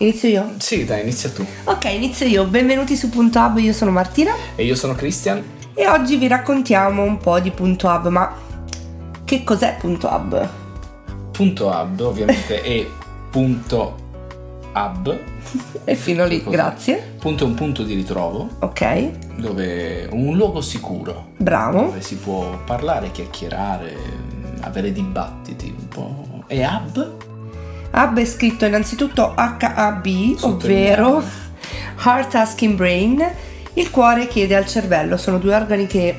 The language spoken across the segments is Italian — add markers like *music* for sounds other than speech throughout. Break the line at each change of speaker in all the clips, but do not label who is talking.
Inizio io?
Sì, dai, inizia tu.
Ok, inizio io. Benvenuti su Punto Hub, io sono Martina
E io sono Christian.
e oggi vi raccontiamo un po' di Punto Hub, ma che cos'è Punto Hub?
Punto hub, *laughs* ovviamente, e punto hub.
E fino lì,
Cos'è?
grazie.
Punto è un punto di ritrovo
Ok,
dove un luogo sicuro
bravo.
dove si può parlare, chiacchierare, avere dibattiti un po'. E hub?
Hub è scritto innanzitutto HAB,
Sottolineiamo.
ovvero Heart Asking Brain. Il cuore chiede al cervello, sono due organi che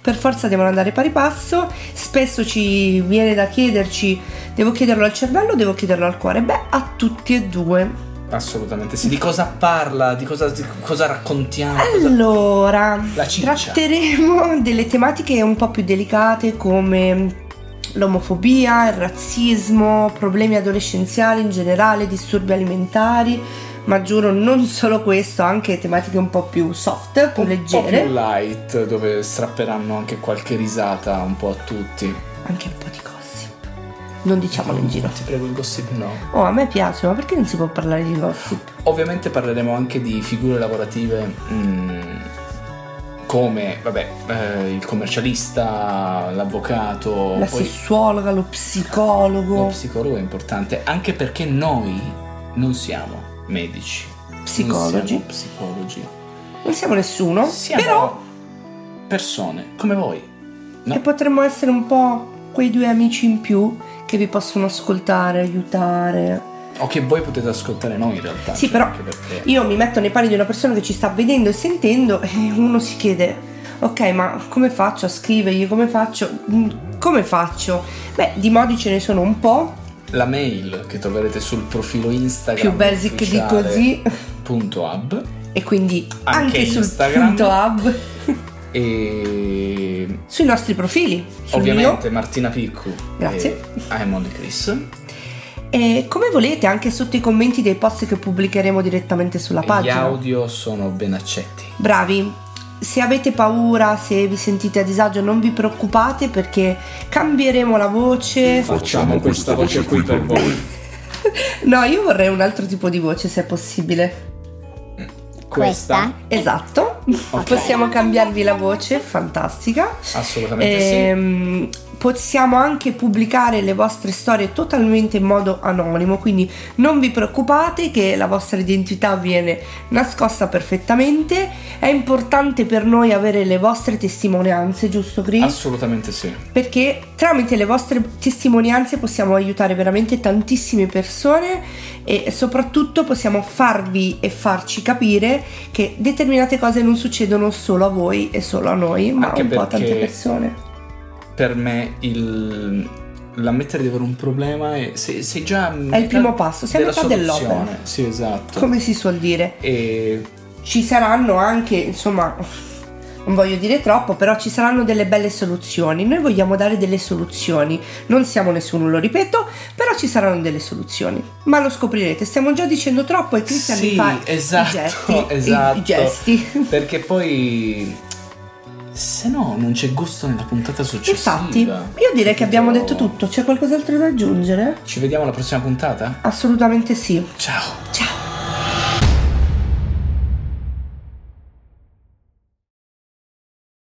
per forza devono andare pari passo. Spesso ci viene da chiederci, devo chiederlo al cervello o devo chiederlo al cuore? Beh, a tutti e due.
Assolutamente sì. Di cosa parla? Di cosa, di cosa raccontiamo? Ah, cosa-
Allora,
La ciccia.
tratteremo *laughs* delle tematiche un po' più delicate come l'omofobia, il razzismo, problemi adolescenziali in generale, disturbi alimentari, ma giuro non solo questo, anche tematiche un po' più soft, più
Un po' più
leggere,
light, dove strapperanno anche qualche risata un po' a tutti.
anche un po' di gossip. Non diciamolo in giro.
Ti prego, il gossip no.
Oh, a me piace, ma perché non si può parlare di gossip?
Oh, Ovviamente parleremo anche di figure lavorative mm, come, vabbè, eh, il commercialista, l'avvocato,
La
poi
sessuologa, lo
lo
psicologo,
psicologo è importante, anche perché noi non siamo medici. Non
psicologi.
siamo psicologi.
Non siamo nessuno,
Siamo
però
persone come voi. No.
E potremmo essere un po' quei due amici in più che vi possono ascoltare, aiutare.
O che voi potete ascoltare noi in realtà.
Sì,
cioè,
però
anche perché-
Io mi metto nei panni di una persona che ci sta vedendo e sentendo e uno si chiede, ok, ma come faccio a scrivergli? Come faccio? Mm, Come faccio? Beh, di modi ce ne sono un po',
La mail che troverete sul profilo Instagram.
più basic di
ufficiale
così,
Punto hub.
e quindi
Anche
anche, sul
Instagram.
punto hub,
E
sui nostri profili, sul mio
ovviamente Martina Piccu.
Grazie.
E I'm only Chris.
e come volete anche sotto i commenti dei post che pubblicheremo direttamente sulla
E gli
pagina.
audio sono ben accetti.
Bravi, se avete paura, se vi sentite a disagio, non vi preoccupate perché cambieremo la voce.
Facciamo questa voce qui per voi.
No, io vorrei un altro tipo di voce se è possibile.
Questa?
Esatto, possiamo cambiarvi la voce, fantastica.
Assolutamente sì.
Ehm, Possiamo anche pubblicare le vostre storie totalmente in modo anonimo, quindi non vi preoccupate che la vostra identità viene nascosta perfettamente. È importante per noi avere le vostre testimonianze, giusto Chris?
Assolutamente sì.
perché tramite le vostre testimonianze possiamo aiutare veramente tantissime persone e soprattutto possiamo farvi e farci capire che determinate cose non succedono solo a voi e solo a noi, ma
Anche
un po' a tante
perché-
persone.
Per me il... l'ammettere di avere un problema è... Sei, sei già...
È il primo passo, sei a
della
metà dell'opera.
soluzione. Sì, esatto.
Come si suol dire?
E
Ci saranno anche, insomma, non voglio dire troppo, però ci saranno delle belle soluzioni. Noi vogliamo dare delle soluzioni. Non siamo nessuno, lo ripeto, però ci saranno delle soluzioni. Ma lo scoprirete. Stiamo già dicendo troppo e Cristian mi
Sì,
fa
esatto,
i gesti. i-
esatto.
I, gesti.
Perché poi. Se no, non c'è gusto nella puntata successiva.
Infatti, io direi che abbiamo detto tutto. C'è qualcos'altro da aggiungere?
Ci vediamo alla prossima puntata?
Assolutamente sì.
Ciao.
Ciao.